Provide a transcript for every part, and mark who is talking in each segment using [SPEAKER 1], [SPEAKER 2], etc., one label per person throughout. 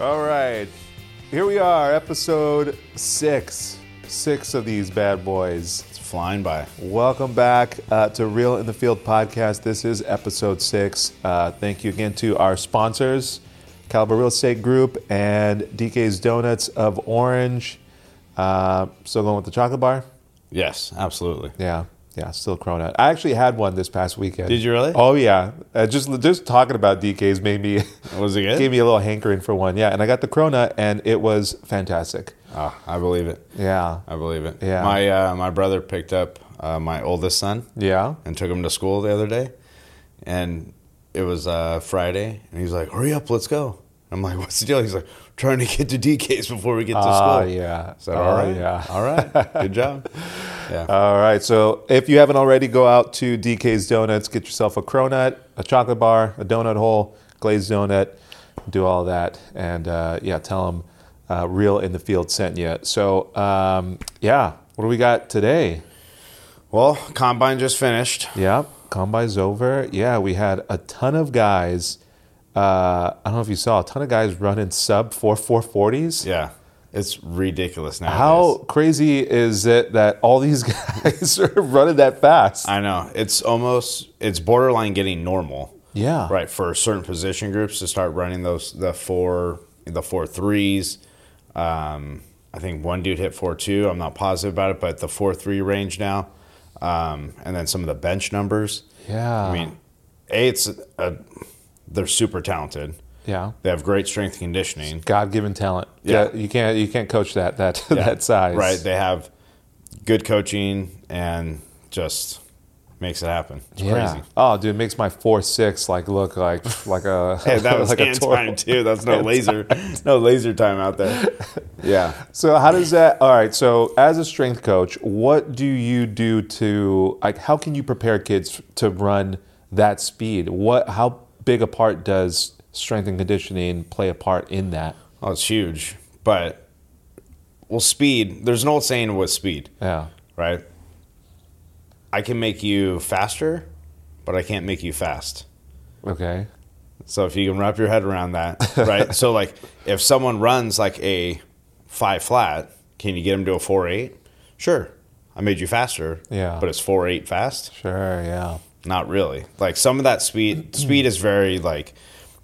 [SPEAKER 1] All right. Here we are, episode six. Six of these bad boys.
[SPEAKER 2] It's flying by.
[SPEAKER 1] Welcome back uh, to Real in the Field podcast. This is episode six. Uh, thank you again to our sponsors, Caliber Real Estate Group and DK's Donuts of Orange. Uh, still going with the chocolate bar?
[SPEAKER 2] Yes, absolutely.
[SPEAKER 1] Yeah, yeah, still Corona. I actually had one this past weekend.
[SPEAKER 2] Did you really?
[SPEAKER 1] Oh yeah. Uh, just just talking about DK's made me
[SPEAKER 2] Was it good?
[SPEAKER 1] gave me a little hankering for one. Yeah, and I got the Corona, and it was fantastic.
[SPEAKER 2] Ah, I believe it.
[SPEAKER 1] Yeah,
[SPEAKER 2] I believe it.
[SPEAKER 1] Yeah.
[SPEAKER 2] My uh, my brother picked up uh, my oldest son
[SPEAKER 1] yeah.
[SPEAKER 2] and took him to school the other day, and it was uh, Friday, and he's like, "Hurry up, let's go." I'm like, "What's the deal?" He's like, "Trying to get to DK's before we get to
[SPEAKER 1] Ah,
[SPEAKER 2] school."
[SPEAKER 1] yeah.
[SPEAKER 2] So
[SPEAKER 1] Oh,
[SPEAKER 2] all right,
[SPEAKER 1] yeah.
[SPEAKER 2] all right, good job. Yeah.
[SPEAKER 1] All right. So if you haven't already, go out to DK's Donuts, get yourself a cronut, a chocolate bar, a donut hole, glazed donut, do all that, and uh, yeah, tell them uh, real in the field sent you. So um, yeah, what do we got today?
[SPEAKER 2] well, combine just finished.
[SPEAKER 1] Yeah, combine's over. Yeah, we had a ton of guys. Uh, I don't know if you saw a ton of guys running sub four four forties.
[SPEAKER 2] Yeah, it's ridiculous now.
[SPEAKER 1] How crazy is it that all these guys are running that fast?
[SPEAKER 2] I know it's almost it's borderline getting normal.
[SPEAKER 1] yeah,
[SPEAKER 2] right for certain position groups to start running those the four the four threes um, i think one dude hit four two i'm not positive about it but the four three range now um, and then some of the bench numbers
[SPEAKER 1] Yeah.
[SPEAKER 2] i mean a it's a, they're super talented
[SPEAKER 1] Yeah.
[SPEAKER 2] they have great strength conditioning
[SPEAKER 1] God-given talent.
[SPEAKER 2] Yeah.
[SPEAKER 1] you can't you can't coach that that that size.
[SPEAKER 2] right they have good coaching and just makes it happen it's
[SPEAKER 1] yeah.
[SPEAKER 2] crazy
[SPEAKER 1] Oh, dude, it makes my four six like look like like a
[SPEAKER 2] Hey, that was
[SPEAKER 1] like
[SPEAKER 2] hand time too. That's no laser, no laser time out there. Yeah,
[SPEAKER 1] So how does that? All right. So as a strength coach, what do you do to like? How can you prepare kids to run that speed? What? How big a part does strength and conditioning play a part in that?
[SPEAKER 2] Oh, it's huge. But well, speed. There's an old saying with speed,
[SPEAKER 1] Yeah.
[SPEAKER 2] right? I can make you faster, but I can't make you fast.
[SPEAKER 1] Okay.
[SPEAKER 2] So if you can wrap your head around that, right? so like, if someone runs like a five flat, can you get them to a four eight? Sure, I made you faster.
[SPEAKER 1] Yeah.
[SPEAKER 2] but it's four eight fast.
[SPEAKER 1] Sure. Yeah.
[SPEAKER 2] Not really. Like some of that speed, speed is very like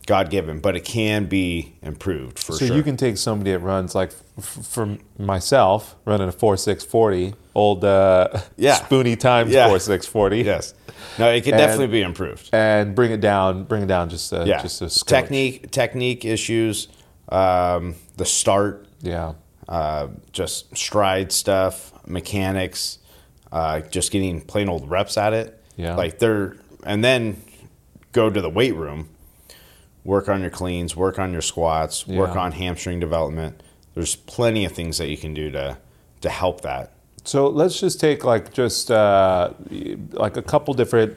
[SPEAKER 2] God given, but it can be improved for
[SPEAKER 1] So
[SPEAKER 2] sure.
[SPEAKER 1] you can take somebody that runs like f- for myself running a four six forty old uh,
[SPEAKER 2] Yeah.
[SPEAKER 1] spoony times
[SPEAKER 2] Yeah.
[SPEAKER 1] four six forty
[SPEAKER 2] yes, no, it can
[SPEAKER 1] And-
[SPEAKER 2] definitely be improved.
[SPEAKER 1] and bring it down bring it down just a,
[SPEAKER 2] yeah,
[SPEAKER 1] just a skosh.
[SPEAKER 2] technique technique issues, um, the start,
[SPEAKER 1] yeah
[SPEAKER 2] uh, just stride stuff, mechanics, uh, just getting plain old reps at it.
[SPEAKER 1] Yeah.
[SPEAKER 2] like they're and then go to the weight room, work on your cleans, work on your squats, work
[SPEAKER 1] Yeah.
[SPEAKER 2] on hamstring development. There's plenty of things that you can do to to help that.
[SPEAKER 1] So let's just take like just uh, like a couple different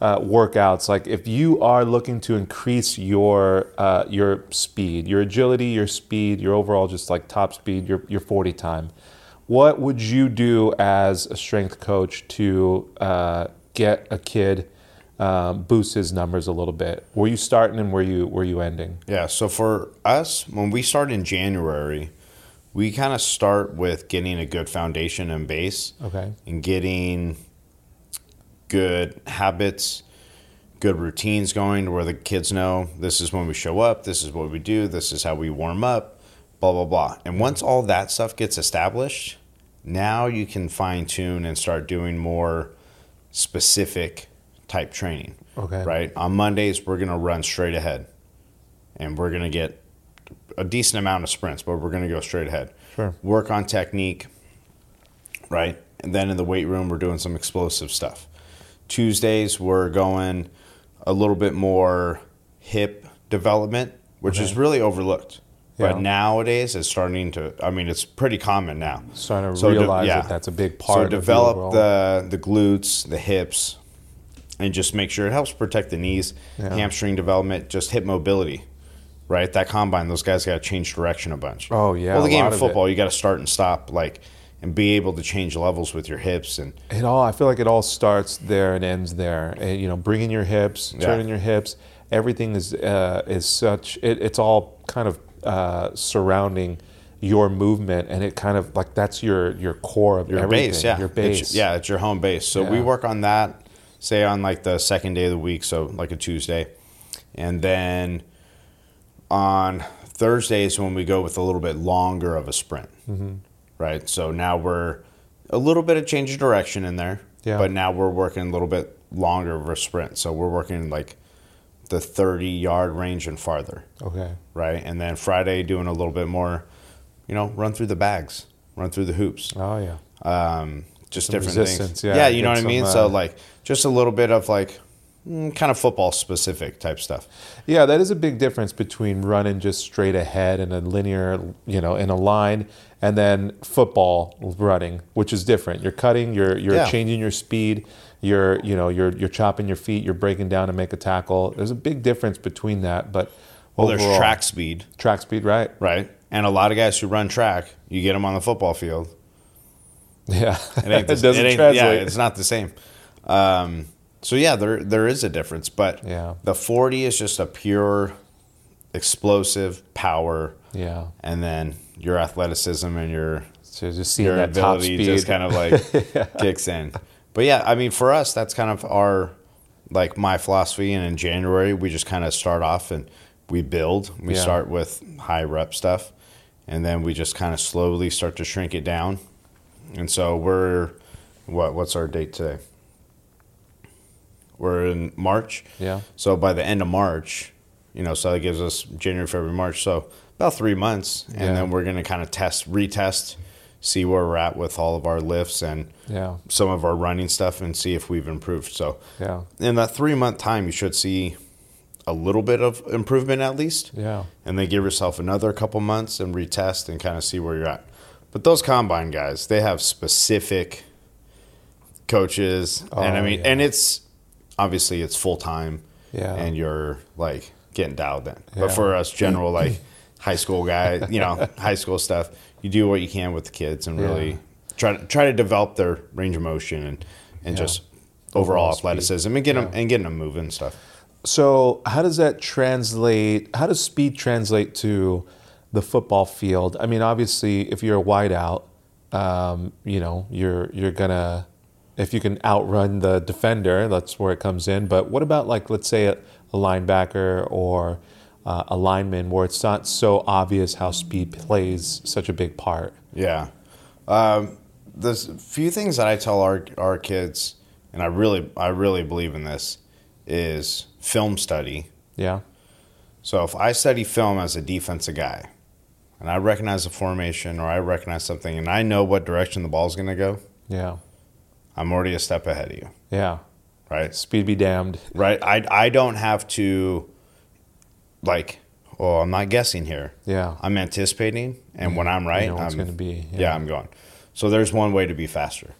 [SPEAKER 1] uh, workouts. Like if you are looking to increase your uh, your speed, your agility, your speed, your overall just like top speed, your your forty time, what would you do as a strength coach to uh, get a kid um, boost his numbers a little bit? Were you starting and were you were you ending?
[SPEAKER 2] Yeah, so for us, when we start in January, we kind of start with getting a good foundation and base.
[SPEAKER 1] Okay.
[SPEAKER 2] And getting good habits, good routines going to where the kids know this is when we show up, this is what we do, this is how we warm up, blah, blah, blah. And once all that stuff gets established, now you can fine tune and start doing more specific type training.
[SPEAKER 1] Okay.
[SPEAKER 2] Right? On Mondays, we're going to run straight ahead and we're going to get a decent amount of sprints, but we're going to go straight ahead.
[SPEAKER 1] Sure.
[SPEAKER 2] Work on technique, right? And then in the weight room, we're doing some explosive stuff. Tuesdays, we're going a little bit more hip development, which is really overlooked.
[SPEAKER 1] Yeah.
[SPEAKER 2] But nowadays, it's starting to, I mean, it's pretty common now.
[SPEAKER 1] Starting to
[SPEAKER 2] So de-
[SPEAKER 1] realize
[SPEAKER 2] yeah.
[SPEAKER 1] that that's a big part.
[SPEAKER 2] So
[SPEAKER 1] of the
[SPEAKER 2] develop
[SPEAKER 1] overall-
[SPEAKER 2] the, the glutes, the hips, and just make sure it helps protect the knees,
[SPEAKER 1] Yeah.
[SPEAKER 2] hamstring development, just hip mobility. Right, that combine, those guys got to change direction a bunch.
[SPEAKER 1] Oh, yeah,
[SPEAKER 2] Well, the
[SPEAKER 1] a
[SPEAKER 2] game
[SPEAKER 1] lot
[SPEAKER 2] of
[SPEAKER 1] of it.
[SPEAKER 2] football, you got to start and stop, like, and be able to change levels with your hips and
[SPEAKER 1] it all i feel like it all starts there and ends there And, you Eh, know bringing your hips
[SPEAKER 2] Yeah.
[SPEAKER 1] turning your hips everything is uh, is such it, it's all kind of uh, surrounding your movement and it kind of like that's your your core of
[SPEAKER 2] your
[SPEAKER 1] everything,
[SPEAKER 2] base, yeah,
[SPEAKER 1] your
[SPEAKER 2] It's-
[SPEAKER 1] base
[SPEAKER 2] yeah, it's your home base. So we
[SPEAKER 1] Yeah.
[SPEAKER 2] work on that, say on like the second day of the week, so like a Tuesday, and then on Thursdays when we go with a little bit longer of a sprint,
[SPEAKER 1] Mm-hmm.
[SPEAKER 2] right? So now we're a little bit of change of direction in there,
[SPEAKER 1] Yeah.
[SPEAKER 2] but now we're working a little bit longer of a sprint. So we're working like the thirty yard range and farther
[SPEAKER 1] okay
[SPEAKER 2] right? And then Friday doing a little bit more, you know, run through the bags, run through the hoops,
[SPEAKER 1] oh yeah
[SPEAKER 2] um, just
[SPEAKER 1] Some
[SPEAKER 2] different
[SPEAKER 1] resistance,
[SPEAKER 2] things.
[SPEAKER 1] yeah,
[SPEAKER 2] you know
[SPEAKER 1] get
[SPEAKER 2] what I mean.
[SPEAKER 1] some,
[SPEAKER 2] so
[SPEAKER 1] uh,
[SPEAKER 2] like just a little bit of like mm, kind of football specific type stuff.
[SPEAKER 1] Yeah, that is a big difference between running just straight ahead in a linear, you know, in a line, and then football running, which is different. You're cutting, you're you're
[SPEAKER 2] Yeah.
[SPEAKER 1] changing your speed, you're you know you're you're chopping your feet, you're breaking down to make a tackle. There's a big difference between that, but
[SPEAKER 2] Well,
[SPEAKER 1] overall-
[SPEAKER 2] there's track speed,
[SPEAKER 1] track speed, right?
[SPEAKER 2] right? And a lot of guys who run track, you get them on the football field.
[SPEAKER 1] Yeah,
[SPEAKER 2] It, ain't the,
[SPEAKER 1] doesn't
[SPEAKER 2] it ain't-
[SPEAKER 1] translate.
[SPEAKER 2] Yeah, it's not the same. Um, so yeah, there there is a difference, but
[SPEAKER 1] Yeah.
[SPEAKER 2] the forty is just a pure explosive power,
[SPEAKER 1] yeah,
[SPEAKER 2] and then your athleticism and your
[SPEAKER 1] so just seeing
[SPEAKER 2] your
[SPEAKER 1] that top
[SPEAKER 2] ability
[SPEAKER 1] speed,
[SPEAKER 2] just kind of like kicks in. But yeah, I mean, for us, that's kind of our like my philosophy. And in January, we just kind of start off and we build. We
[SPEAKER 1] Yeah.
[SPEAKER 2] start with high rep stuff, and then we just kind of slowly start to shrink it down. And so we're what? What's our date today? We're in March.
[SPEAKER 1] yeah,
[SPEAKER 2] So by the end of March, you know, so that gives us January, February, March. So about three months, and
[SPEAKER 1] Yeah.
[SPEAKER 2] then we're going to kind of test, retest, see where we're at with all of our lifts and
[SPEAKER 1] yeah,
[SPEAKER 2] some of our running stuff, and see if we've improved. So
[SPEAKER 1] yeah,
[SPEAKER 2] in that three month time, you should see a little bit of improvement at least,
[SPEAKER 1] yeah,
[SPEAKER 2] and then give yourself another couple months and retest and kind of see where you're at. But those combine guys, they have specific coaches, and I
[SPEAKER 1] Oh,
[SPEAKER 2] mean,
[SPEAKER 1] yeah.
[SPEAKER 2] and it's obviously it's full time
[SPEAKER 1] yeah.
[SPEAKER 2] and you're like getting dialed in. But
[SPEAKER 1] Yeah.
[SPEAKER 2] for us general like high school guy, you know, high school stuff, you do what you can with the kids and really
[SPEAKER 1] Yeah.
[SPEAKER 2] try to try to develop their range of motion and and
[SPEAKER 1] Yeah.
[SPEAKER 2] just overall,
[SPEAKER 1] Overall speed.
[SPEAKER 2] athleticism and get them and getting them moving and stuff.
[SPEAKER 1] So, how does that translate? How does speed translate to the football field? I mean, obviously, if you're a wideout, um, you know, you're you're gonna if you can outrun the defender, that's where it comes in. But what about like let's say a, a linebacker or uh, a lineman, where it's not so obvious how speed plays such a big part?
[SPEAKER 2] Yeah. Um, there's a few things that I tell our our kids, and I really I really believe in this, is film study.
[SPEAKER 1] Yeah,
[SPEAKER 2] So if I study film as a defensive guy, and I recognize a formation or I recognize something, and I know what direction the ball's going to go,
[SPEAKER 1] yeah,
[SPEAKER 2] I'm already a step ahead of you,
[SPEAKER 1] yeah.
[SPEAKER 2] right?
[SPEAKER 1] Speed be damned.
[SPEAKER 2] Right. I I don't have to, like, oh, I'm not guessing here.
[SPEAKER 1] Yeah,
[SPEAKER 2] I'm anticipating, and when I'm right,
[SPEAKER 1] you know what it's
[SPEAKER 2] I'm
[SPEAKER 1] gonna be.
[SPEAKER 2] yeah. I'm going. So there's one way to be faster.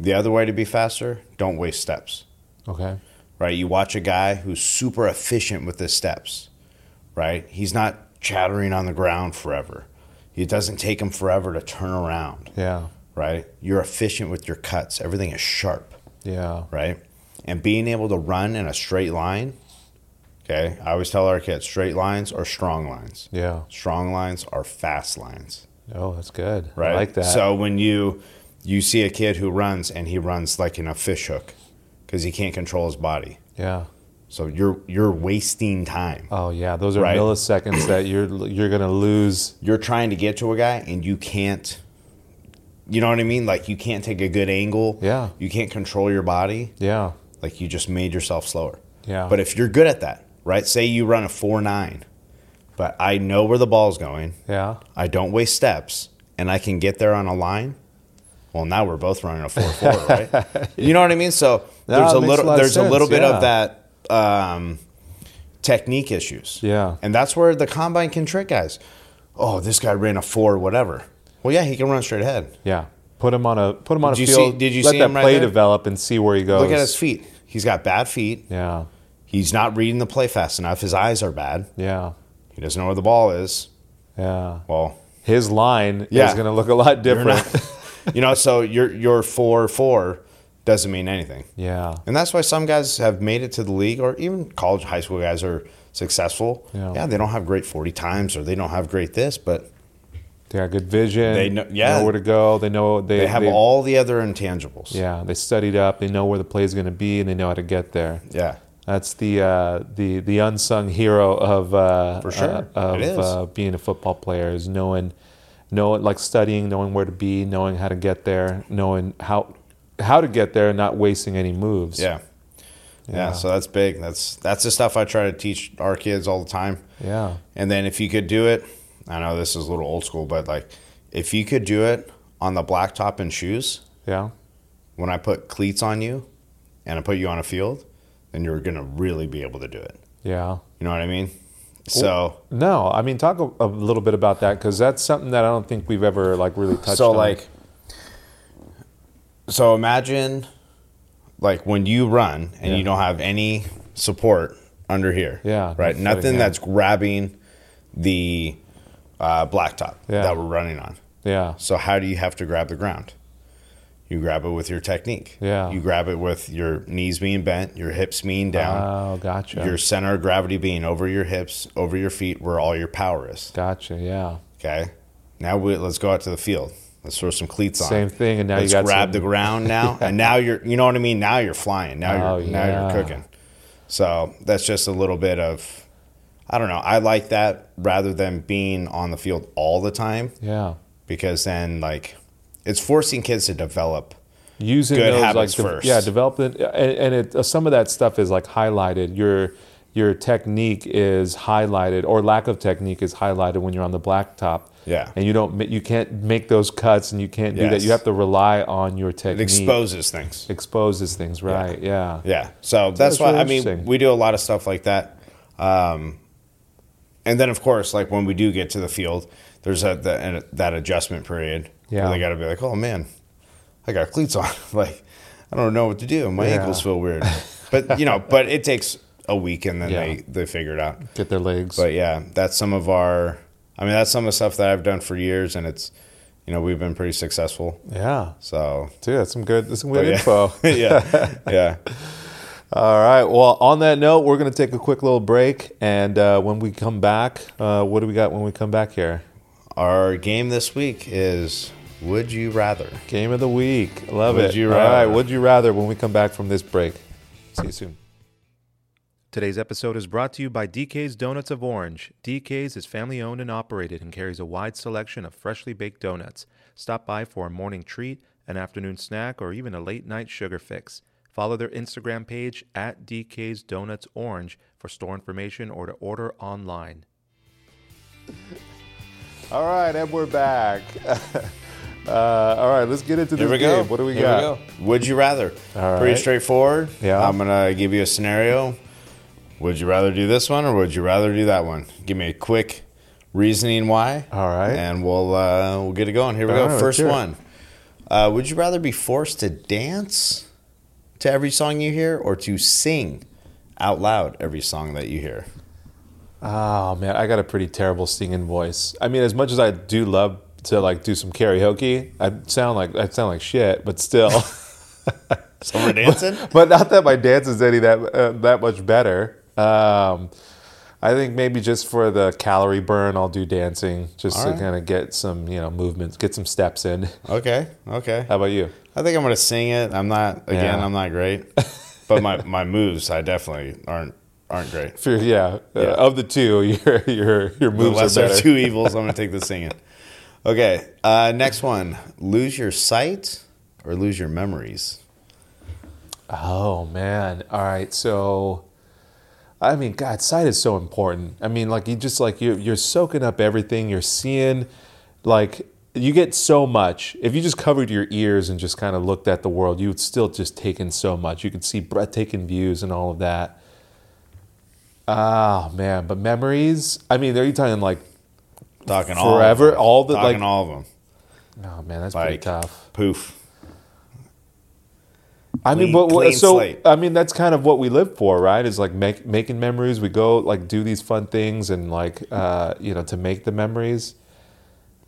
[SPEAKER 2] The other way to be faster, don't waste steps.
[SPEAKER 1] Okay.
[SPEAKER 2] right? You watch a guy who's super efficient with his steps, right? He's not chattering on the ground forever. It doesn't take him forever to turn around,
[SPEAKER 1] Yeah.
[SPEAKER 2] right? You're efficient with your cuts. Everything is sharp,
[SPEAKER 1] Yeah.
[SPEAKER 2] right? And being able to run in a straight line, okay? I always tell our kids straight lines are strong lines.
[SPEAKER 1] Yeah.
[SPEAKER 2] Strong lines are fast lines
[SPEAKER 1] Oh, that's good.
[SPEAKER 2] right?
[SPEAKER 1] I like that.
[SPEAKER 2] So when you you see a kid who runs and he runs like in a fishhook because he can't control his body,
[SPEAKER 1] yeah.
[SPEAKER 2] so you're you're wasting time.
[SPEAKER 1] Oh yeah, those are
[SPEAKER 2] Right.
[SPEAKER 1] milliseconds that you're you're gonna lose.
[SPEAKER 2] You're trying to get to a guy and you can't. You know what I mean? Like you can't take a good angle.
[SPEAKER 1] Yeah.
[SPEAKER 2] You can't control your body.
[SPEAKER 1] Yeah.
[SPEAKER 2] Like you just made yourself slower.
[SPEAKER 1] Yeah.
[SPEAKER 2] But if you're good at that, right? Say you run a four nine, but I know where the ball's going.
[SPEAKER 1] Yeah.
[SPEAKER 2] I don't waste steps, and I can get there on a line. Well, now we're both running a four four, right? You know what I mean? So
[SPEAKER 1] No,
[SPEAKER 2] there's
[SPEAKER 1] it
[SPEAKER 2] a
[SPEAKER 1] makes
[SPEAKER 2] little
[SPEAKER 1] a lot of
[SPEAKER 2] there's a
[SPEAKER 1] sense,
[SPEAKER 2] little bit
[SPEAKER 1] yeah.
[SPEAKER 2] of that um, technique issues.
[SPEAKER 1] Yeah.
[SPEAKER 2] and that's where the combine can trick guys. Oh, this guy ran a four, whatever. Well, yeah, he can run straight ahead.
[SPEAKER 1] Yeah. Put him on a put him on
[SPEAKER 2] Did
[SPEAKER 1] a
[SPEAKER 2] you see-
[SPEAKER 1] field.
[SPEAKER 2] did you
[SPEAKER 1] let
[SPEAKER 2] see
[SPEAKER 1] that
[SPEAKER 2] him right
[SPEAKER 1] play
[SPEAKER 2] there?
[SPEAKER 1] develop and see where he goes?
[SPEAKER 2] Look at his feet. He's got bad feet.
[SPEAKER 1] Yeah.
[SPEAKER 2] He's not reading the play fast enough. His eyes are bad.
[SPEAKER 1] Yeah.
[SPEAKER 2] He doesn't know where the ball is.
[SPEAKER 1] Yeah.
[SPEAKER 2] Well,
[SPEAKER 1] His line
[SPEAKER 2] Yeah.
[SPEAKER 1] is gonna look a lot
[SPEAKER 2] You're
[SPEAKER 1] different.
[SPEAKER 2] not- you know, so you're you're four four, doesn't mean anything.
[SPEAKER 1] Yeah.
[SPEAKER 2] And that's why some guys have made it to the league, or even college, high school guys are successful.
[SPEAKER 1] Yeah.
[SPEAKER 2] they don't have great 40 times or they don't have great this, but
[SPEAKER 1] They got good vision.
[SPEAKER 2] They know- yeah.
[SPEAKER 1] know where to go. They know they,
[SPEAKER 2] they have
[SPEAKER 1] they-
[SPEAKER 2] all the other intangibles.
[SPEAKER 1] Yeah, they studied up. They know where the play is going to be, and they know how to get there.
[SPEAKER 2] Yeah.
[SPEAKER 1] That's the uh, the the unsung hero of uh,
[SPEAKER 2] For sure.
[SPEAKER 1] uh,
[SPEAKER 2] It is.
[SPEAKER 1] of uh, being a football player is knowing, knowing like studying, knowing where to be, knowing how to get there, knowing how how to get there, and not wasting any moves.
[SPEAKER 2] Yeah. Yeah.
[SPEAKER 1] Yeah.
[SPEAKER 2] So that's big. That's that's the stuff I try to teach our kids all the time.
[SPEAKER 1] yeah,
[SPEAKER 2] And then if you could do it, I know this is a little old school, but like if you could do it on the blacktop in shoes,
[SPEAKER 1] yeah.
[SPEAKER 2] when I put cleats on you and I put you on a field, then you're gonna really be able to do it.
[SPEAKER 1] yeah.
[SPEAKER 2] You know what I mean? So
[SPEAKER 1] No, I mean talk a, a little bit about that because that's something that I don't think we've ever like really touched.
[SPEAKER 2] so
[SPEAKER 1] on.
[SPEAKER 2] like so imagine like when you run and you
[SPEAKER 1] Yeah.
[SPEAKER 2] don't have any support under here.
[SPEAKER 1] Yeah,
[SPEAKER 2] Right.
[SPEAKER 1] no
[SPEAKER 2] Nothing
[SPEAKER 1] footing, yeah.
[SPEAKER 2] that's grabbing the uh, blacktop
[SPEAKER 1] Yeah.
[SPEAKER 2] that we're running on.
[SPEAKER 1] yeah,
[SPEAKER 2] So how do you have to grab the ground? You grab it with your technique.
[SPEAKER 1] Yeah.
[SPEAKER 2] You grab it with your knees being bent, your hips being down,
[SPEAKER 1] oh, gotcha,
[SPEAKER 2] your center of gravity being over your hips, over your feet, where all your power is.
[SPEAKER 1] gotcha, yeah.
[SPEAKER 2] Okay. Now we, let's go out to the field. Let's throw some cleats on.
[SPEAKER 1] Same thing, and now
[SPEAKER 2] Let's
[SPEAKER 1] you got
[SPEAKER 2] grab
[SPEAKER 1] some-
[SPEAKER 2] the ground now, and now you're, you know what I mean. Now you're flying. Now
[SPEAKER 1] Oh,
[SPEAKER 2] you're, now
[SPEAKER 1] yeah.
[SPEAKER 2] you're cooking. So that's just a little bit of, I don't know. I like that rather than being on the field all the time
[SPEAKER 1] yeah.
[SPEAKER 2] because then like it's forcing kids to develop.
[SPEAKER 1] using
[SPEAKER 2] good
[SPEAKER 1] those
[SPEAKER 2] habits
[SPEAKER 1] like de-
[SPEAKER 2] first.
[SPEAKER 1] yeah developing and, and it uh, some of that stuff is like highlighted your your technique is highlighted or lack of technique is highlighted when you're on the blacktop
[SPEAKER 2] Yeah.
[SPEAKER 1] and you don't ma- you can't make those cuts and you can't do that
[SPEAKER 2] Yes.
[SPEAKER 1] you have to rely on your
[SPEAKER 2] It
[SPEAKER 1] technique
[SPEAKER 2] exposes things.
[SPEAKER 1] exposes things right yeah yeah,
[SPEAKER 2] Yeah. So that's
[SPEAKER 1] that's
[SPEAKER 2] why
[SPEAKER 1] really
[SPEAKER 2] I mean
[SPEAKER 1] interesting.
[SPEAKER 2] we do a lot of stuff like that. Um, and then of course, like when we do get to the field, there's that that, that adjustment period. where
[SPEAKER 1] Yeah.
[SPEAKER 2] they got to be like, oh man, I got cleats on. like I don't know what to do. My
[SPEAKER 1] Yeah.
[SPEAKER 2] ankles feel weird. but you know, but it takes a week and then
[SPEAKER 1] Yeah.
[SPEAKER 2] they they figure it out.
[SPEAKER 1] get their legs
[SPEAKER 2] But yeah, that's some of our. I mean, that's some of the stuff that I've done for years, and it's, you know, we've been pretty successful.
[SPEAKER 1] yeah
[SPEAKER 2] So
[SPEAKER 1] dude that's some good that's some good
[SPEAKER 2] yeah.
[SPEAKER 1] info
[SPEAKER 2] yeah, yeah.
[SPEAKER 1] all right well on that note we're gonna take a quick little break and uh, when we come back uh, what do we got when we come back here
[SPEAKER 2] Our game this week is Would You Rather?
[SPEAKER 1] Game of the week. Love
[SPEAKER 2] Would
[SPEAKER 1] it.
[SPEAKER 2] you
[SPEAKER 1] All right.
[SPEAKER 2] rather?
[SPEAKER 1] Would you rather when we come back from this break? See you soon. Today's episode is brought to you by DK's Donuts of Orange. DK's is family owned and operated and carries a wide selection of freshly baked donuts. Stop by for a morning treat, an afternoon snack, or even a late night sugar fix. Follow their Instagram page at DK's Donuts Orange for store information or to order online. All right, and we're back. Uh, all right, let's get into this
[SPEAKER 2] Here we go. Here go. Would You Rather?
[SPEAKER 1] All
[SPEAKER 2] Pretty
[SPEAKER 1] right.
[SPEAKER 2] straightforward.
[SPEAKER 1] Yeah.
[SPEAKER 2] I'm going to give you a scenario. Would you rather do this one or would you rather do that one? Give me a quick reasoning why.
[SPEAKER 1] All right.
[SPEAKER 2] And we'll, uh, we'll get it going. Here we
[SPEAKER 1] All
[SPEAKER 2] go.
[SPEAKER 1] right,
[SPEAKER 2] First
[SPEAKER 1] sure.
[SPEAKER 2] one. Uh, would you rather be forced to dance to every song you hear or to sing out loud every song that you hear?
[SPEAKER 1] Oh man, I got a pretty terrible singing voice. I mean, as much as I do love to like do some karaoke, I sound like I sound like shit, but still.
[SPEAKER 2] Someone dancing?
[SPEAKER 1] but not that my dance is any that uh, that much better. Um, I think maybe just for the calorie burn, I'll do dancing just
[SPEAKER 2] All
[SPEAKER 1] to
[SPEAKER 2] right.
[SPEAKER 1] kind of get some you know movements, get some steps in.
[SPEAKER 2] okay. Okay.
[SPEAKER 1] How about you?
[SPEAKER 2] I think I'm gonna sing it. I'm not again.
[SPEAKER 1] Yeah.
[SPEAKER 2] I'm not great, but my, my moves I definitely aren't aren't great.
[SPEAKER 1] For, yeah, uh, of the two, your your your moves
[SPEAKER 2] Unless
[SPEAKER 1] are
[SPEAKER 2] there are
[SPEAKER 1] better.
[SPEAKER 2] two evils, I'm gonna take the singing. Okay, uh, next one: lose your sight or lose your memories.
[SPEAKER 1] Oh man. All right. So I mean, God, sight is so important. I mean, like you just like you you're soaking up everything, you're seeing like you get so much. If you just covered your ears and just kind of looked at the world, you would still just take in so much. You could see breathtaking views and all of that. Oh man, but memories, I mean, are you talking like
[SPEAKER 2] Talking all of
[SPEAKER 1] Forever,
[SPEAKER 2] them.
[SPEAKER 1] all the,
[SPEAKER 2] talking
[SPEAKER 1] like-
[SPEAKER 2] all of them.
[SPEAKER 1] oh man, that's pretty
[SPEAKER 2] Like
[SPEAKER 1] tough.
[SPEAKER 2] poof.
[SPEAKER 1] I mean,
[SPEAKER 2] Clean-
[SPEAKER 1] but what,
[SPEAKER 2] clean
[SPEAKER 1] so
[SPEAKER 2] slate.
[SPEAKER 1] I mean that's kind of what we live for, right? Is like make, making memories. We go like do these fun things and like uh, you know to make the memories.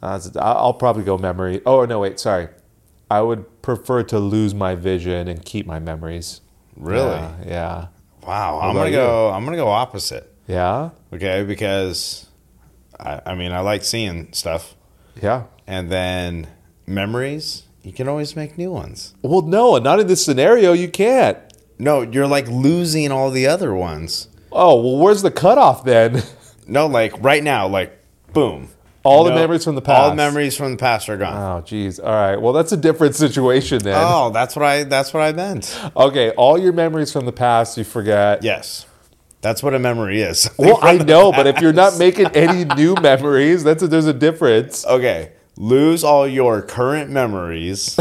[SPEAKER 1] Uh, it's- I- I'll probably go memory. Oh no, wait, sorry. I would prefer to lose my vision and keep my memories.
[SPEAKER 2] Really?
[SPEAKER 1] Yeah. Yeah.
[SPEAKER 2] Wow. I'm
[SPEAKER 1] about
[SPEAKER 2] gonna go. I'm gonna go opposite.
[SPEAKER 1] Yeah.
[SPEAKER 2] Okay, because I, I mean I like seeing stuff,
[SPEAKER 1] Yeah.
[SPEAKER 2] and then memories. You can always make new ones.
[SPEAKER 1] Well, no, not in this scenario. You can't.
[SPEAKER 2] No, you're like losing all the other ones.
[SPEAKER 1] Oh well, where's the cutoff then?
[SPEAKER 2] No, like right now, like boom.
[SPEAKER 1] All the
[SPEAKER 2] No,
[SPEAKER 1] memories from the past.
[SPEAKER 2] All the memories from the past are gone.
[SPEAKER 1] Oh, geez. All right. Well, that's a different situation then.
[SPEAKER 2] oh, that's what I. That's what I meant.
[SPEAKER 1] Okay, all your memories from the past you forget.
[SPEAKER 2] Yes, that's what a memory is.
[SPEAKER 1] Well, I know, but if you're not making any new memories, that's a, there's a difference.
[SPEAKER 2] okay, lose all your current memories,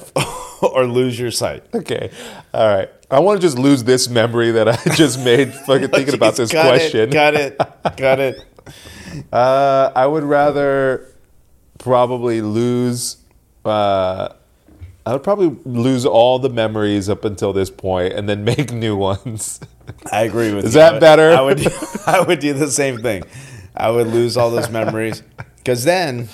[SPEAKER 2] or lose your sight.
[SPEAKER 1] Okay, all right. I want to just lose this memory that I just made, fucking thinking about this
[SPEAKER 2] Got
[SPEAKER 1] question.
[SPEAKER 2] It, got it. Got it.
[SPEAKER 1] Uh, I would rather probably lose. Uh, I would probably lose all the memories up until this point, and then make new ones.
[SPEAKER 2] I agree with you.
[SPEAKER 1] Is that
[SPEAKER 2] I would-
[SPEAKER 1] better?
[SPEAKER 2] I would. I would do the same thing. I would lose all those memories because then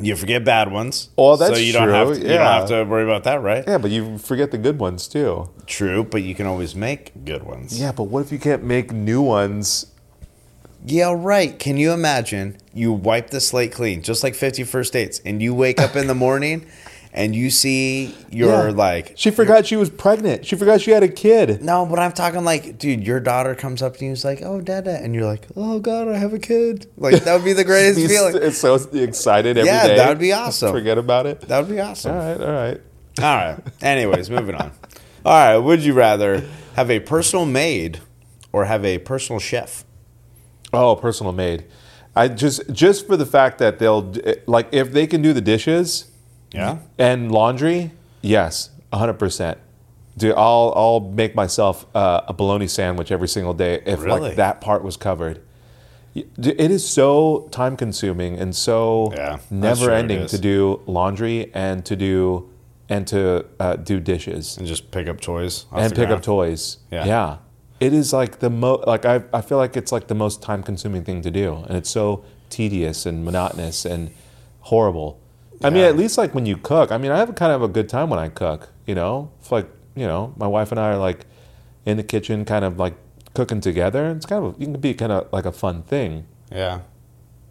[SPEAKER 2] you forget bad ones.
[SPEAKER 1] Oh, that's
[SPEAKER 2] so you don't have
[SPEAKER 1] true,
[SPEAKER 2] to, you don't
[SPEAKER 1] yeah.
[SPEAKER 2] have to worry about that, right?
[SPEAKER 1] yeah, but you forget the good ones too.
[SPEAKER 2] True, but you can always make good ones.
[SPEAKER 1] Yeah, but what if you can't make new ones?
[SPEAKER 2] Yeah, right. Can you imagine you wipe the slate clean, just like 50 First Dates, and you wake up in the morning and you see your
[SPEAKER 1] Yeah.
[SPEAKER 2] like,
[SPEAKER 1] She forgot she was pregnant. She forgot she had a kid.
[SPEAKER 2] no, but I'm talking like, dude, your daughter comes up to you and's like, oh, dada. And you're like, oh, God, I have a kid. Like, that would be the greatest
[SPEAKER 1] He's
[SPEAKER 2] feeling.
[SPEAKER 1] s- so excited every day.
[SPEAKER 2] Yeah, that'd be awesome.
[SPEAKER 1] Forget about it.
[SPEAKER 2] That would be awesome.
[SPEAKER 1] All right, all right.
[SPEAKER 2] All right. Anyways, moving on. All right. Would you rather have a personal maid or have a personal chef?
[SPEAKER 1] Oh, personal maid. I just just for the fact that they'll d- like if they can do the dishes
[SPEAKER 2] Yeah.
[SPEAKER 1] and laundry. Yes, hundred percent. Dude, I'll I'll make myself uh, a bologna sandwich every single day if
[SPEAKER 2] Really?
[SPEAKER 1] like that part was covered. Y- d- It is so time consuming and so
[SPEAKER 2] Yeah, that's
[SPEAKER 1] never
[SPEAKER 2] true it
[SPEAKER 1] ending
[SPEAKER 2] is.
[SPEAKER 1] to do laundry and to do and to uh, do dishes
[SPEAKER 2] And just pick up toys. off
[SPEAKER 1] and
[SPEAKER 2] the
[SPEAKER 1] pick
[SPEAKER 2] ground.
[SPEAKER 1] up toys.
[SPEAKER 2] Yeah.
[SPEAKER 1] It is like the most, like I, I feel like it's like the most time consuming thing to do. And it's so tedious and monotonous and horrible. I mean,
[SPEAKER 2] Yeah.
[SPEAKER 1] at least like when you cook, I mean, I have kind of a good time when I cook, you know? It's like, you know, my wife and I are like in the kitchen kind of like cooking together. It's kind of, it can be kind of like a fun thing.
[SPEAKER 2] Yeah.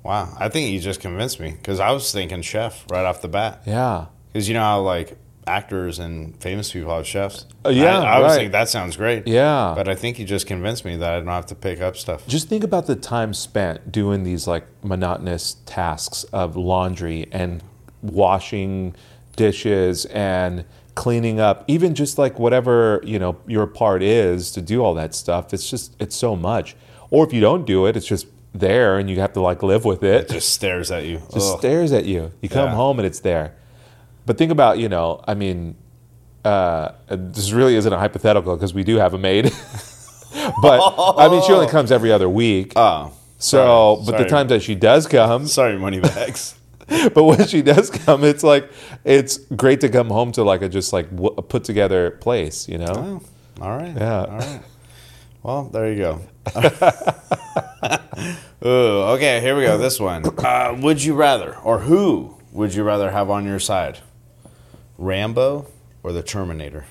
[SPEAKER 2] Wow. I think you just convinced me because I was thinking chef right off the bat.
[SPEAKER 1] Yeah.
[SPEAKER 2] Because you know how, like, actors and famous people have chefs?
[SPEAKER 1] Uh, yeah,
[SPEAKER 2] I, I was
[SPEAKER 1] right.
[SPEAKER 2] thinking that sounds great.
[SPEAKER 1] Yeah.
[SPEAKER 2] But I think you just convinced me that I don't have to pick up stuff.
[SPEAKER 1] Just think about the time spent doing these like monotonous tasks of laundry and washing dishes and cleaning up, even just like whatever, you know, your part is to do all that stuff. It's just it's so much. Or if you don't do it, it's just there and you have to like live with it.
[SPEAKER 2] Just stares at you.
[SPEAKER 1] Just
[SPEAKER 2] Ugh.
[SPEAKER 1] stares at you. You come
[SPEAKER 2] Yeah.
[SPEAKER 1] home and it's there. But think about, you know, I mean, uh, this really isn't a hypothetical because we do have a maid. but I mean, she only comes every other week.
[SPEAKER 2] oh.
[SPEAKER 1] So,
[SPEAKER 2] Sorry.
[SPEAKER 1] but
[SPEAKER 2] Sorry.
[SPEAKER 1] the times that she does come,
[SPEAKER 2] Sorry, moneybags.
[SPEAKER 1] but when she does come, it's like it's great to come home to like a just like w- put together place, you know.
[SPEAKER 2] oh, all right.
[SPEAKER 1] Yeah.
[SPEAKER 2] All right. Well, there you go. Ooh, okay, here we go. This one. Uh, would you rather, or who would you rather have on your side? Rambo or the Terminator?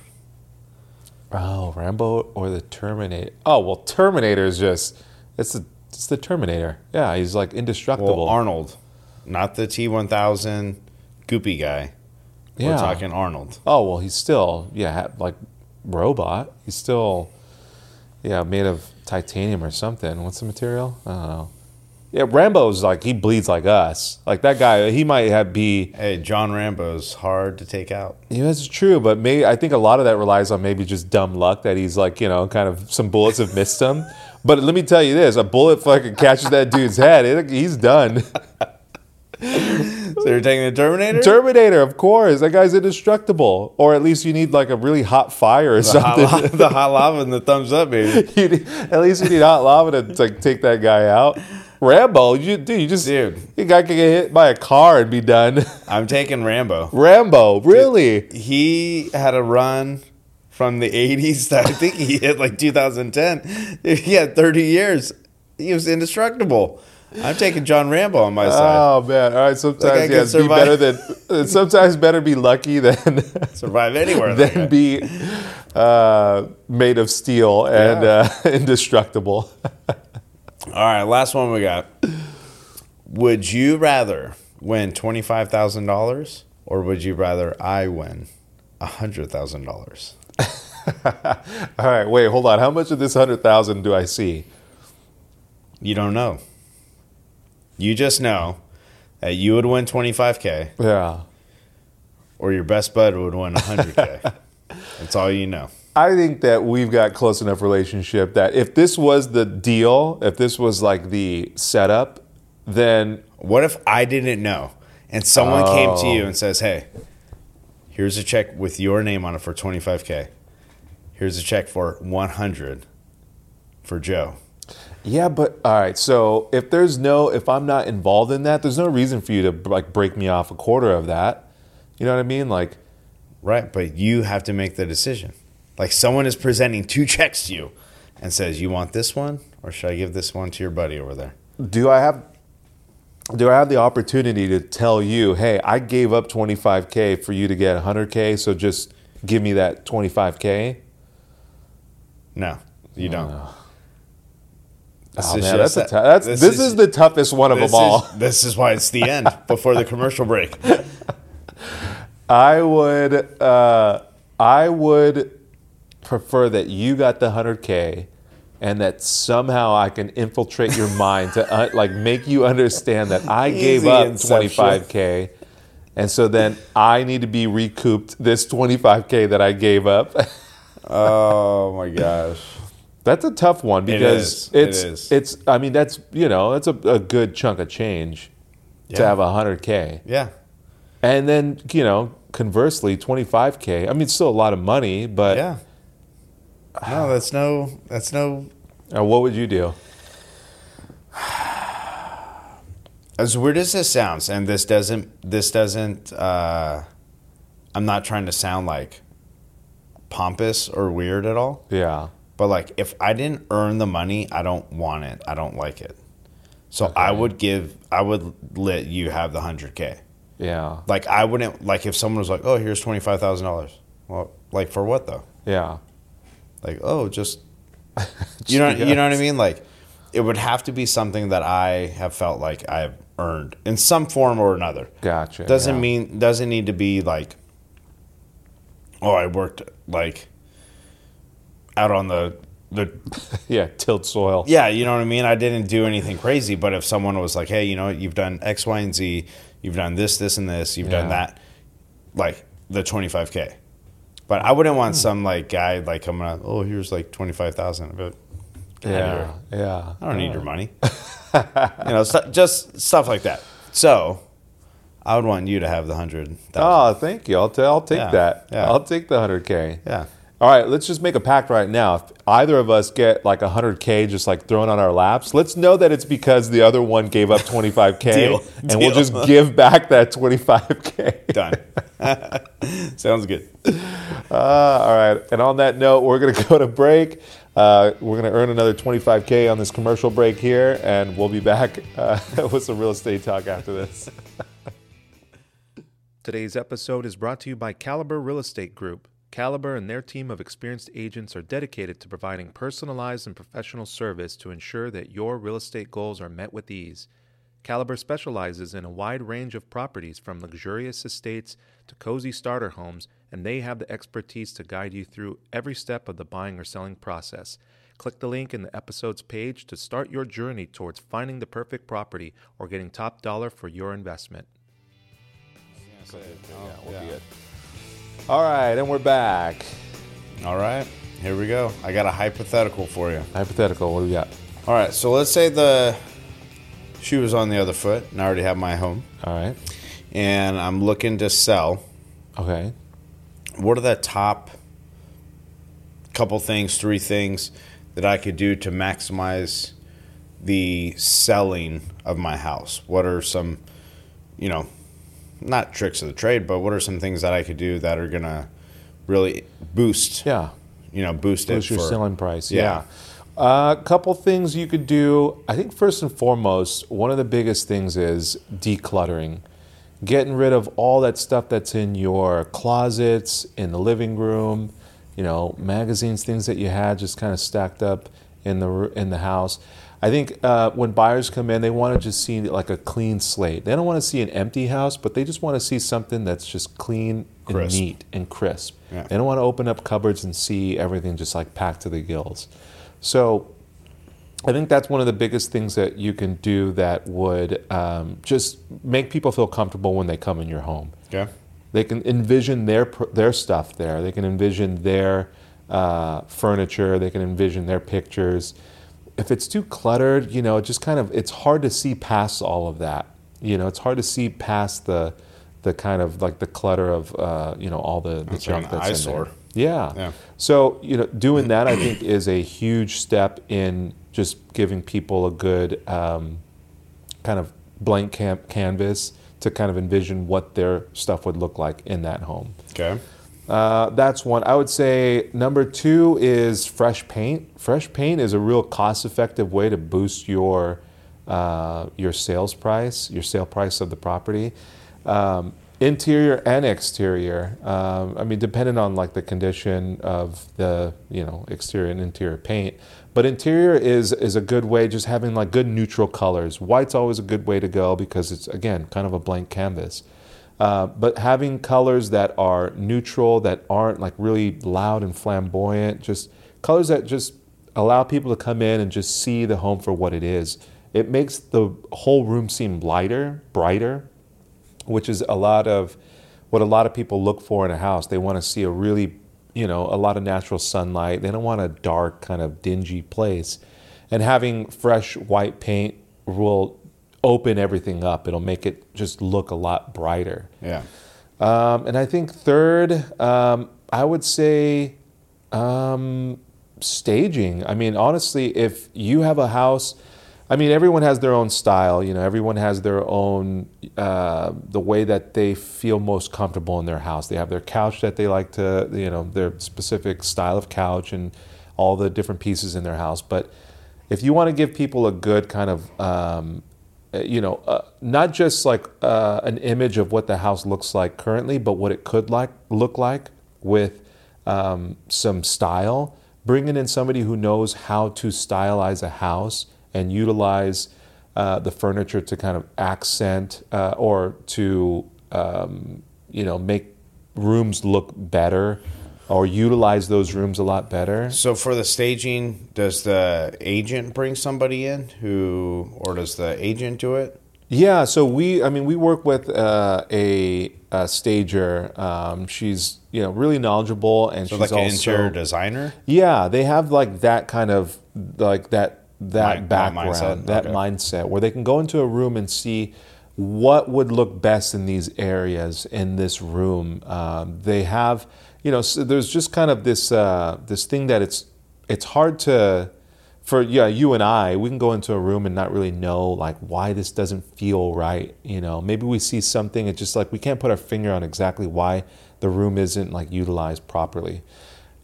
[SPEAKER 1] Oh, Rambo or the Terminator? Oh well, Terminator is just it's the it's the Terminator. Yeah, he's like
[SPEAKER 2] Well,
[SPEAKER 1] indestructible.
[SPEAKER 2] Arnold, not the T1000 goopy guy.
[SPEAKER 1] yeah.
[SPEAKER 2] We're talking Arnold.
[SPEAKER 1] Oh well, he's still yeah ha- like robot. He's still yeah made of titanium or something. What's the material? I don't know. Yeah, Rambo's like he bleeds like us. Like that guy, he might have be.
[SPEAKER 2] Hey, John Rambo's hard to take out.
[SPEAKER 1] Yeah, that's true, but may I think a lot of that relies on maybe just dumb luck that he's like, you know, kind of some bullets have missed him. But let me tell you this: a bullet fucking catches that dude's head, it, he's done.
[SPEAKER 2] So you're taking the Terminator?
[SPEAKER 1] Terminator, of course, that guy's indestructible. Or at least you need like a really hot fire or
[SPEAKER 2] the, hot
[SPEAKER 1] something.
[SPEAKER 2] lava, the hot lava and the thumbs up, baby.
[SPEAKER 1] You need- at least you need hot lava to like take that guy out. Rambo, you dude, you just
[SPEAKER 2] Dude.
[SPEAKER 1] you guy could get hit by a car and be done.
[SPEAKER 2] I'm taking Rambo.
[SPEAKER 1] Rambo, really?
[SPEAKER 2] he had a run from the 80s that I think he hit like 2010. He had 30 years. He was indestructible. I'm taking John Rambo on my side.
[SPEAKER 1] Oh man! All right. Sometimes
[SPEAKER 2] Like, I
[SPEAKER 1] yeah,
[SPEAKER 2] could
[SPEAKER 1] be
[SPEAKER 2] survive.
[SPEAKER 1] better than. uh, Sometimes better be lucky than
[SPEAKER 2] Survive anywhere. that guy.
[SPEAKER 1] than be uh, made of steel and uh, indestructible.
[SPEAKER 2] All right, last one we got. Would you rather win twenty five thousand dollars, or would you rather I win hundred thousand dollars?
[SPEAKER 1] All right. Wait. Hold on. How much of this hundred thousand do I see?
[SPEAKER 2] You don't know. You just know that you would win twenty five k,
[SPEAKER 1] Yeah.
[SPEAKER 2] or your best bud would win hundred k. That's all you know.
[SPEAKER 1] I think that we've got close enough relationship that if this was the deal, if this was like the setup, then
[SPEAKER 2] What if I didn't know, and someone came to
[SPEAKER 1] Oh.
[SPEAKER 2] you and says, "Hey, here's a check with your name on it for twenty five k. Here's a check for one hundred for Joe."
[SPEAKER 1] yeah. But all right. So if there's no, if I'm not involved in that, there's no reason for you to like break me off a quarter of that. You know what I mean? Like.
[SPEAKER 2] Right, but you have to make the decision. Like someone is presenting two checks to you and says, "You want this one or should I give this one to your buddy over there?"
[SPEAKER 1] do I have do I have the opportunity to tell you, hey, I gave up 25k for you to get 100k, so just give me that 25k?
[SPEAKER 2] No, you don't.
[SPEAKER 1] Oh,
[SPEAKER 2] is
[SPEAKER 1] man,
[SPEAKER 2] just
[SPEAKER 1] that's a
[SPEAKER 2] that-
[SPEAKER 1] tou- that's this, is, the toughest one of
[SPEAKER 2] this
[SPEAKER 1] them all.
[SPEAKER 2] Is, this is why it's the end before the commercial break.
[SPEAKER 1] I would uh, I would prefer that you got the 100k and that somehow I can infiltrate your mind to uh, like make you understand that I gave
[SPEAKER 2] Easy
[SPEAKER 1] up
[SPEAKER 2] inception.
[SPEAKER 1] 25k and so then I need to be recouped this 25k that I gave up.
[SPEAKER 2] Oh my gosh.
[SPEAKER 1] That's a tough one
[SPEAKER 2] is.
[SPEAKER 1] because
[SPEAKER 2] It
[SPEAKER 1] it's
[SPEAKER 2] is.
[SPEAKER 1] it's I mean that's you know that's a, a good chunk of change to
[SPEAKER 2] Yeah.
[SPEAKER 1] have hundred k
[SPEAKER 2] Yeah.
[SPEAKER 1] and then you know conversely twenty five k I mean it's still a lot of money but
[SPEAKER 2] Yeah. No, that's no that's no
[SPEAKER 1] uh, what would you do
[SPEAKER 2] as weird as this sounds, and this doesn't, this doesn't, uh, I'm not trying to sound like pompous or weird at all,
[SPEAKER 1] yeah
[SPEAKER 2] but like if I didn't earn the money, I don't want it. I don't like it. So I would give, I would let you have the 100K.
[SPEAKER 1] yeah
[SPEAKER 2] Like I wouldn't, like if someone was like, oh, here's $25,000. Well, like for what though?
[SPEAKER 1] yeah
[SPEAKER 2] like oh just you know you know what I mean like it would have to be something that I have felt like I've earned in some form or another
[SPEAKER 1] gotcha
[SPEAKER 2] doesn't
[SPEAKER 1] yeah.
[SPEAKER 2] mean doesn't need to be like oh I worked like out on the the
[SPEAKER 1] yeah tilt soil
[SPEAKER 2] yeah you know what I mean I didn't do anything crazy but if someone was like hey you know what, you've done X Y and Z you've done this this and this you've done
[SPEAKER 1] Yeah.
[SPEAKER 2] that like the 25k but I wouldn't
[SPEAKER 1] Hmm.
[SPEAKER 2] want some like guy like coming out oh here's like 25,000 but
[SPEAKER 1] yeah yeah
[SPEAKER 2] I don't need your money. you know, stu just stuff like that. So, I would want you to have the hundred thousand.
[SPEAKER 1] oh thank you I'll t- I'll take
[SPEAKER 2] Yeah,
[SPEAKER 1] that
[SPEAKER 2] yeah.
[SPEAKER 1] I'll take the hundred k
[SPEAKER 2] Yeah,
[SPEAKER 1] All right, let's just make a pact right now. If either of us get like 100K just like thrown on our laps, let's know that it's because the other one gave up 25K.
[SPEAKER 2] Deal,
[SPEAKER 1] and
[SPEAKER 2] deal.
[SPEAKER 1] we'll just give back that 25K.
[SPEAKER 2] done. Sounds good.
[SPEAKER 1] Uh, all right. And on that note, we're going to go to break. Uh, we're going to earn another 25K on this commercial break here, and we'll be back uh, with some real estate talk after this. Today's episode is brought to you by Caliber Real Estate Group. Caliber and their team of experienced agents are dedicated to providing personalized and professional service to ensure that your real estate goals are met with ease. Caliber specializes in a wide range of properties from luxurious estates to cozy starter homes, and they have the expertise to guide you through every step of the buying or selling process. Click the link in the episode's page to start your journey towards finding the perfect property or getting top dollar for your investment. All right, and we're back.
[SPEAKER 2] All right, here we go. I got a hypothetical for you.
[SPEAKER 1] Hypothetical, what do we got?
[SPEAKER 2] All right, so let's say the shoe was on the other foot, and I already have my home,
[SPEAKER 1] All right.
[SPEAKER 2] and I'm looking to sell.
[SPEAKER 1] Okay.
[SPEAKER 2] What are the top couple things, three things that I could do to maximize the selling of my house? What are some, you know, not tricks of the trade, but what are some things that I could do that are gonna really boost,
[SPEAKER 1] Yeah.
[SPEAKER 2] you know, boost,
[SPEAKER 1] Boost
[SPEAKER 2] it
[SPEAKER 1] your
[SPEAKER 2] for
[SPEAKER 1] selling price.
[SPEAKER 2] Yeah.
[SPEAKER 1] Yeah. A couple things you could do. I think first and foremost, one of the biggest things is decluttering, getting rid of all that stuff that's in your closets, in the living room, you know, magazines, things that you had just kind of stacked up in the ru- in the house. I think uh, when buyers come in, they want to just see like a clean slate. They don't want to see an empty house, but they just want to see something that's just clean and
[SPEAKER 2] Crisp.
[SPEAKER 1] neat and crisp.
[SPEAKER 2] Yeah.
[SPEAKER 1] They don't want to open up cupboards and see everything just like packed to the gills. So I think that's one of the biggest things that you can do that would um, just make people feel comfortable when they come in your home.
[SPEAKER 2] Okay.
[SPEAKER 1] They can envision their pr- their stuff there. They can envision their uh, furniture. They can envision their pictures. If it's too cluttered, you know, it just kind of it's hard to see past all of that. You know, it's hard to see past the the kind of like the clutter of uh, you know all the, the
[SPEAKER 2] It's like
[SPEAKER 1] junk
[SPEAKER 2] an
[SPEAKER 1] that's in there.
[SPEAKER 2] eyesore.
[SPEAKER 1] Yeah.
[SPEAKER 2] Yeah.
[SPEAKER 1] So you know, doing that I think is a huge step in just giving people a good um, kind of blank cam- canvas to kind of envision what their stuff would look like in that home.
[SPEAKER 2] Okay.
[SPEAKER 1] Uh, that's one. I would say number two is fresh paint. Fresh paint is a real cost-effective way to boost your uh, your sales price, your sale price of the property, um, interior and exterior. Um, I mean, depending on like the condition of the you know exterior and interior paint, but interior is is a good way. Just having like good neutral colors. White's always a good way to go because it's again kind of a blank canvas. Uh, but having colors that are neutral, that aren't like really loud and flamboyant, just colors that just allow people to come in and just see the home for what it is. It makes the whole room seem lighter, brighter, which is a lot of what a lot of people look for in a house. They want to see a really, you know, a lot of natural sunlight. They don't want a dark, kind of dingy place. And having fresh white paint will open everything up. It'll make it just look a lot brighter.
[SPEAKER 2] Yeah.
[SPEAKER 1] Um, and I think third, um, I would say um, staging. I mean, honestly, if you have a house, I mean, everyone has their own style. You know, everyone has their own uh, the way that they feel most comfortable in their house. They have their couch that they like to, you know, their specific style of couch and all the different pieces in their house. But if you want to give people a good kind of um, uh, you know, uh, not just like uh, an image of what the house looks like currently, but what it could like look like with um, some style. Bringing in somebody who knows how to stylize a house and utilize uh, the furniture to kind of accent uh, or to um, you know make rooms look better or utilize those rooms a lot better.
[SPEAKER 2] So for the staging, does the agent bring somebody in who, or does the agent do it?
[SPEAKER 1] Yeah, so we, I mean, we work with uh, a, a stager. Um, she's, you know, really knowledgeable, and
[SPEAKER 2] So
[SPEAKER 1] she's
[SPEAKER 2] like an
[SPEAKER 1] also,
[SPEAKER 2] interior designer.
[SPEAKER 1] yeah, they have like that kind of like that that
[SPEAKER 2] Mind- that
[SPEAKER 1] background,
[SPEAKER 2] mindset,
[SPEAKER 1] that
[SPEAKER 2] okay.
[SPEAKER 1] mindset, where they can go into a room and see what would look best in these areas in this room. Um, they have, you know, so there's just kind of this uh, this thing that it's it's hard to for yeah you and I we can go into a room and not really know like why this doesn't feel right. You know, maybe we see something it's just like we can't put our finger on exactly why the room isn't like utilized properly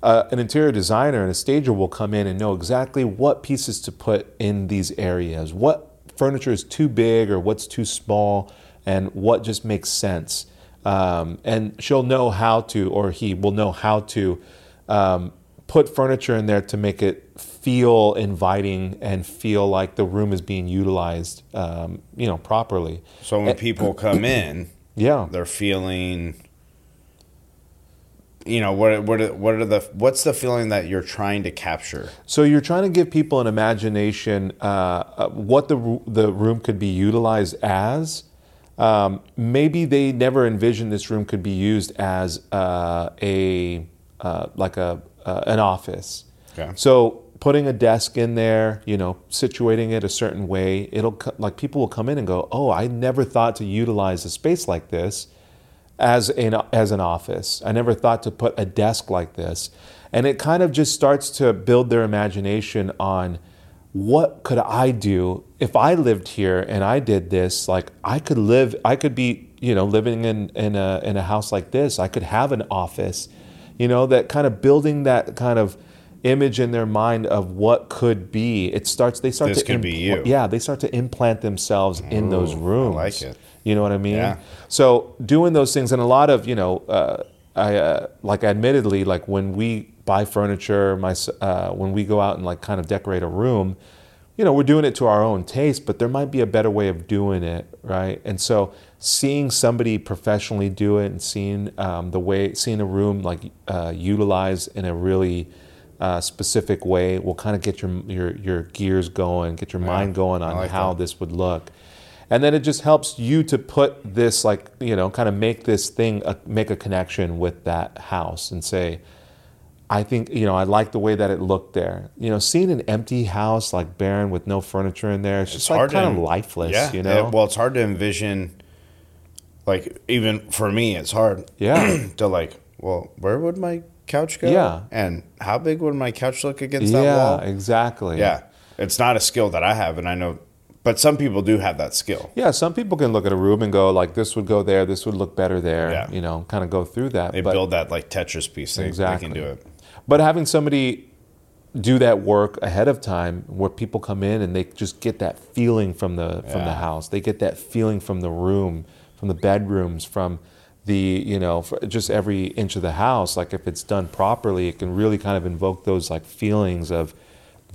[SPEAKER 1] uh, an interior designer and a stager will come in and know exactly what pieces to put in these areas, what furniture is too big or what's too small, and what just makes sense. Um, and she'll know how to, or he will know how to um, put furniture in there to make it feel inviting and feel like the room is being utilized, um, you know, properly.
[SPEAKER 2] So
[SPEAKER 1] Eh,
[SPEAKER 2] when people come in,
[SPEAKER 1] Yeah.
[SPEAKER 2] they're feeling. You know what? What? are- What are the? What's the feeling that you're trying to capture?
[SPEAKER 1] So you're trying to give people an imagination uh, uh, what the ru- the room could be utilized as. Um, maybe they never envisioned this room could be used as uh, a uh, like a uh, an office.
[SPEAKER 2] Okay.
[SPEAKER 1] So putting a desk in there, you know, situating it a certain way, it'll co- like people will come in and go, "Oh, I never thought to utilize a space like this." as an as an office. I never thought to put a desk like this. And it kind of just starts to build their imagination on what could I do if I lived here and I did this? Like I could live I could be, you know, living in in a in a house like this. I could have an office. You know, that kind of building that kind of image in their mind of what could be. It starts. They start
[SPEAKER 2] This
[SPEAKER 1] to
[SPEAKER 2] could be you.
[SPEAKER 1] Yeah, they start to implant themselves in those rooms.
[SPEAKER 2] like it.
[SPEAKER 1] You know what I mean?
[SPEAKER 2] Yeah.
[SPEAKER 1] So doing those things and a lot of you know, uh, I uh, like admittedly like when we buy furniture, my s- uh, when we go out and like kind of decorate a room, you know, we're doing it to our own taste, but there might be a better way of doing it, right? And so seeing somebody professionally do it and seeing um, the way seeing a room like uh, utilized in a really uh, specific way will kind of get your your your gears going, get your mind going on
[SPEAKER 2] I like
[SPEAKER 1] how
[SPEAKER 2] that.
[SPEAKER 1] this would look and then it just helps you to put this like you know kind of make this thing a, make a connection with that house and say i think you know i like the way that it looked there you know seeing an empty house like barren with no furniture in there it's just like kind of
[SPEAKER 2] en-
[SPEAKER 1] lifeless
[SPEAKER 2] yeah,
[SPEAKER 1] you
[SPEAKER 2] yeah,
[SPEAKER 1] know
[SPEAKER 2] well, it's hard to envision. Like even for me, it's hard.
[SPEAKER 1] Yeah.
[SPEAKER 2] to like, well, where would my couch go?
[SPEAKER 1] Yeah.
[SPEAKER 2] And how big would my couch look against that
[SPEAKER 1] yeah
[SPEAKER 2] wall?
[SPEAKER 1] exactly
[SPEAKER 2] Yeah. It's not a skill that I have, and I know, but some people do have that skill.
[SPEAKER 1] yeah some people can look at a room and go like this would go there this would look better there
[SPEAKER 2] Yeah.
[SPEAKER 1] you know kind of go through that
[SPEAKER 2] They build that like Tetris piece. They,
[SPEAKER 1] Exactly.
[SPEAKER 2] they can do it.
[SPEAKER 1] But having somebody do that work ahead of time, where people come in and they just get that feeling from the from the
[SPEAKER 2] Yeah.
[SPEAKER 1] house, they get that feeling from the room, from the bedrooms, from the you know fr just every inch of the house. Like if it's done properly, it can really kind of invoke those like feelings of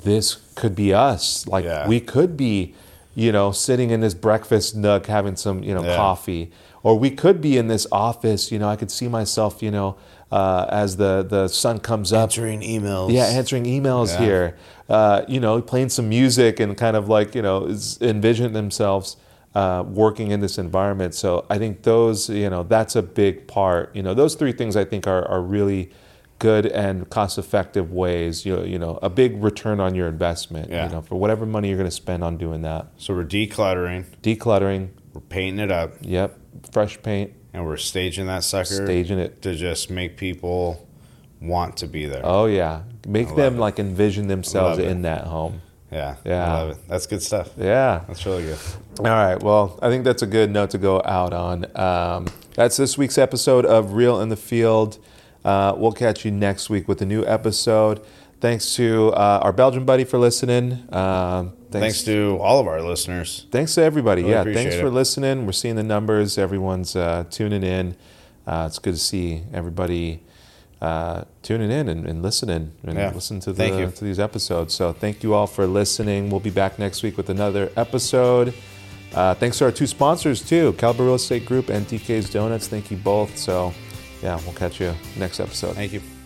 [SPEAKER 1] this could be us. Like
[SPEAKER 2] Yeah.
[SPEAKER 1] we could be, you know, sitting in this breakfast nook having some you know
[SPEAKER 2] Yeah.
[SPEAKER 1] coffee coffee. Or we could be in this office, you know, I could see myself, you know, uh, as the, the sun comes up.
[SPEAKER 2] Answering emails.
[SPEAKER 1] Yeah, answering emails
[SPEAKER 2] Yeah.
[SPEAKER 1] here, uh, you know, playing some music and kind of like, you know, s- envision themselves uh, working in this environment. So I think those, you know, that's a big part. You know, those three things I think are, are really good and cost effective ways, you know, you know, a big return on your investment,
[SPEAKER 2] Yeah.
[SPEAKER 1] you know, for whatever money you're going to spend on doing that.
[SPEAKER 2] So we're decluttering,
[SPEAKER 1] Decluttering,
[SPEAKER 2] we're painting it up,
[SPEAKER 1] yep, fresh paint,
[SPEAKER 2] and we're staging that sucker
[SPEAKER 1] staging it.
[SPEAKER 2] to just make people want to be there.
[SPEAKER 1] Oh yeah, make them
[SPEAKER 2] it.
[SPEAKER 1] like envision themselves
[SPEAKER 2] Love it.
[SPEAKER 1] in that home.
[SPEAKER 2] Yeah.
[SPEAKER 1] Yeah.
[SPEAKER 2] I love it. That's good stuff.
[SPEAKER 1] Yeah.
[SPEAKER 2] That's really good.
[SPEAKER 1] All right. Well, I think that's a good note to go out on. Um, that's this week's episode of Real in the Field. Uh, we'll catch you next week with a new episode. Thanks to uh, our Belgian buddy for listening. Um,
[SPEAKER 2] Thanks to all of our listeners.
[SPEAKER 1] thanks to everybody. yeah,
[SPEAKER 2] appreciate
[SPEAKER 1] thanks for
[SPEAKER 2] it.
[SPEAKER 1] listening. We're seeing the numbers. Everyone's uh, tuning in. Uh, it's good to see everybody uh, tuning in and, and listening and
[SPEAKER 2] Yeah.
[SPEAKER 1] listening to
[SPEAKER 2] Thank
[SPEAKER 1] the
[SPEAKER 2] you.
[SPEAKER 1] to these episodes. So thank you all for listening. We'll be back next week with another episode. Uh, thanks to our two sponsors too, Caliber Real Estate Group and TK's Donuts. Thank you both. So yeah, we'll catch you next episode.
[SPEAKER 2] Thank you.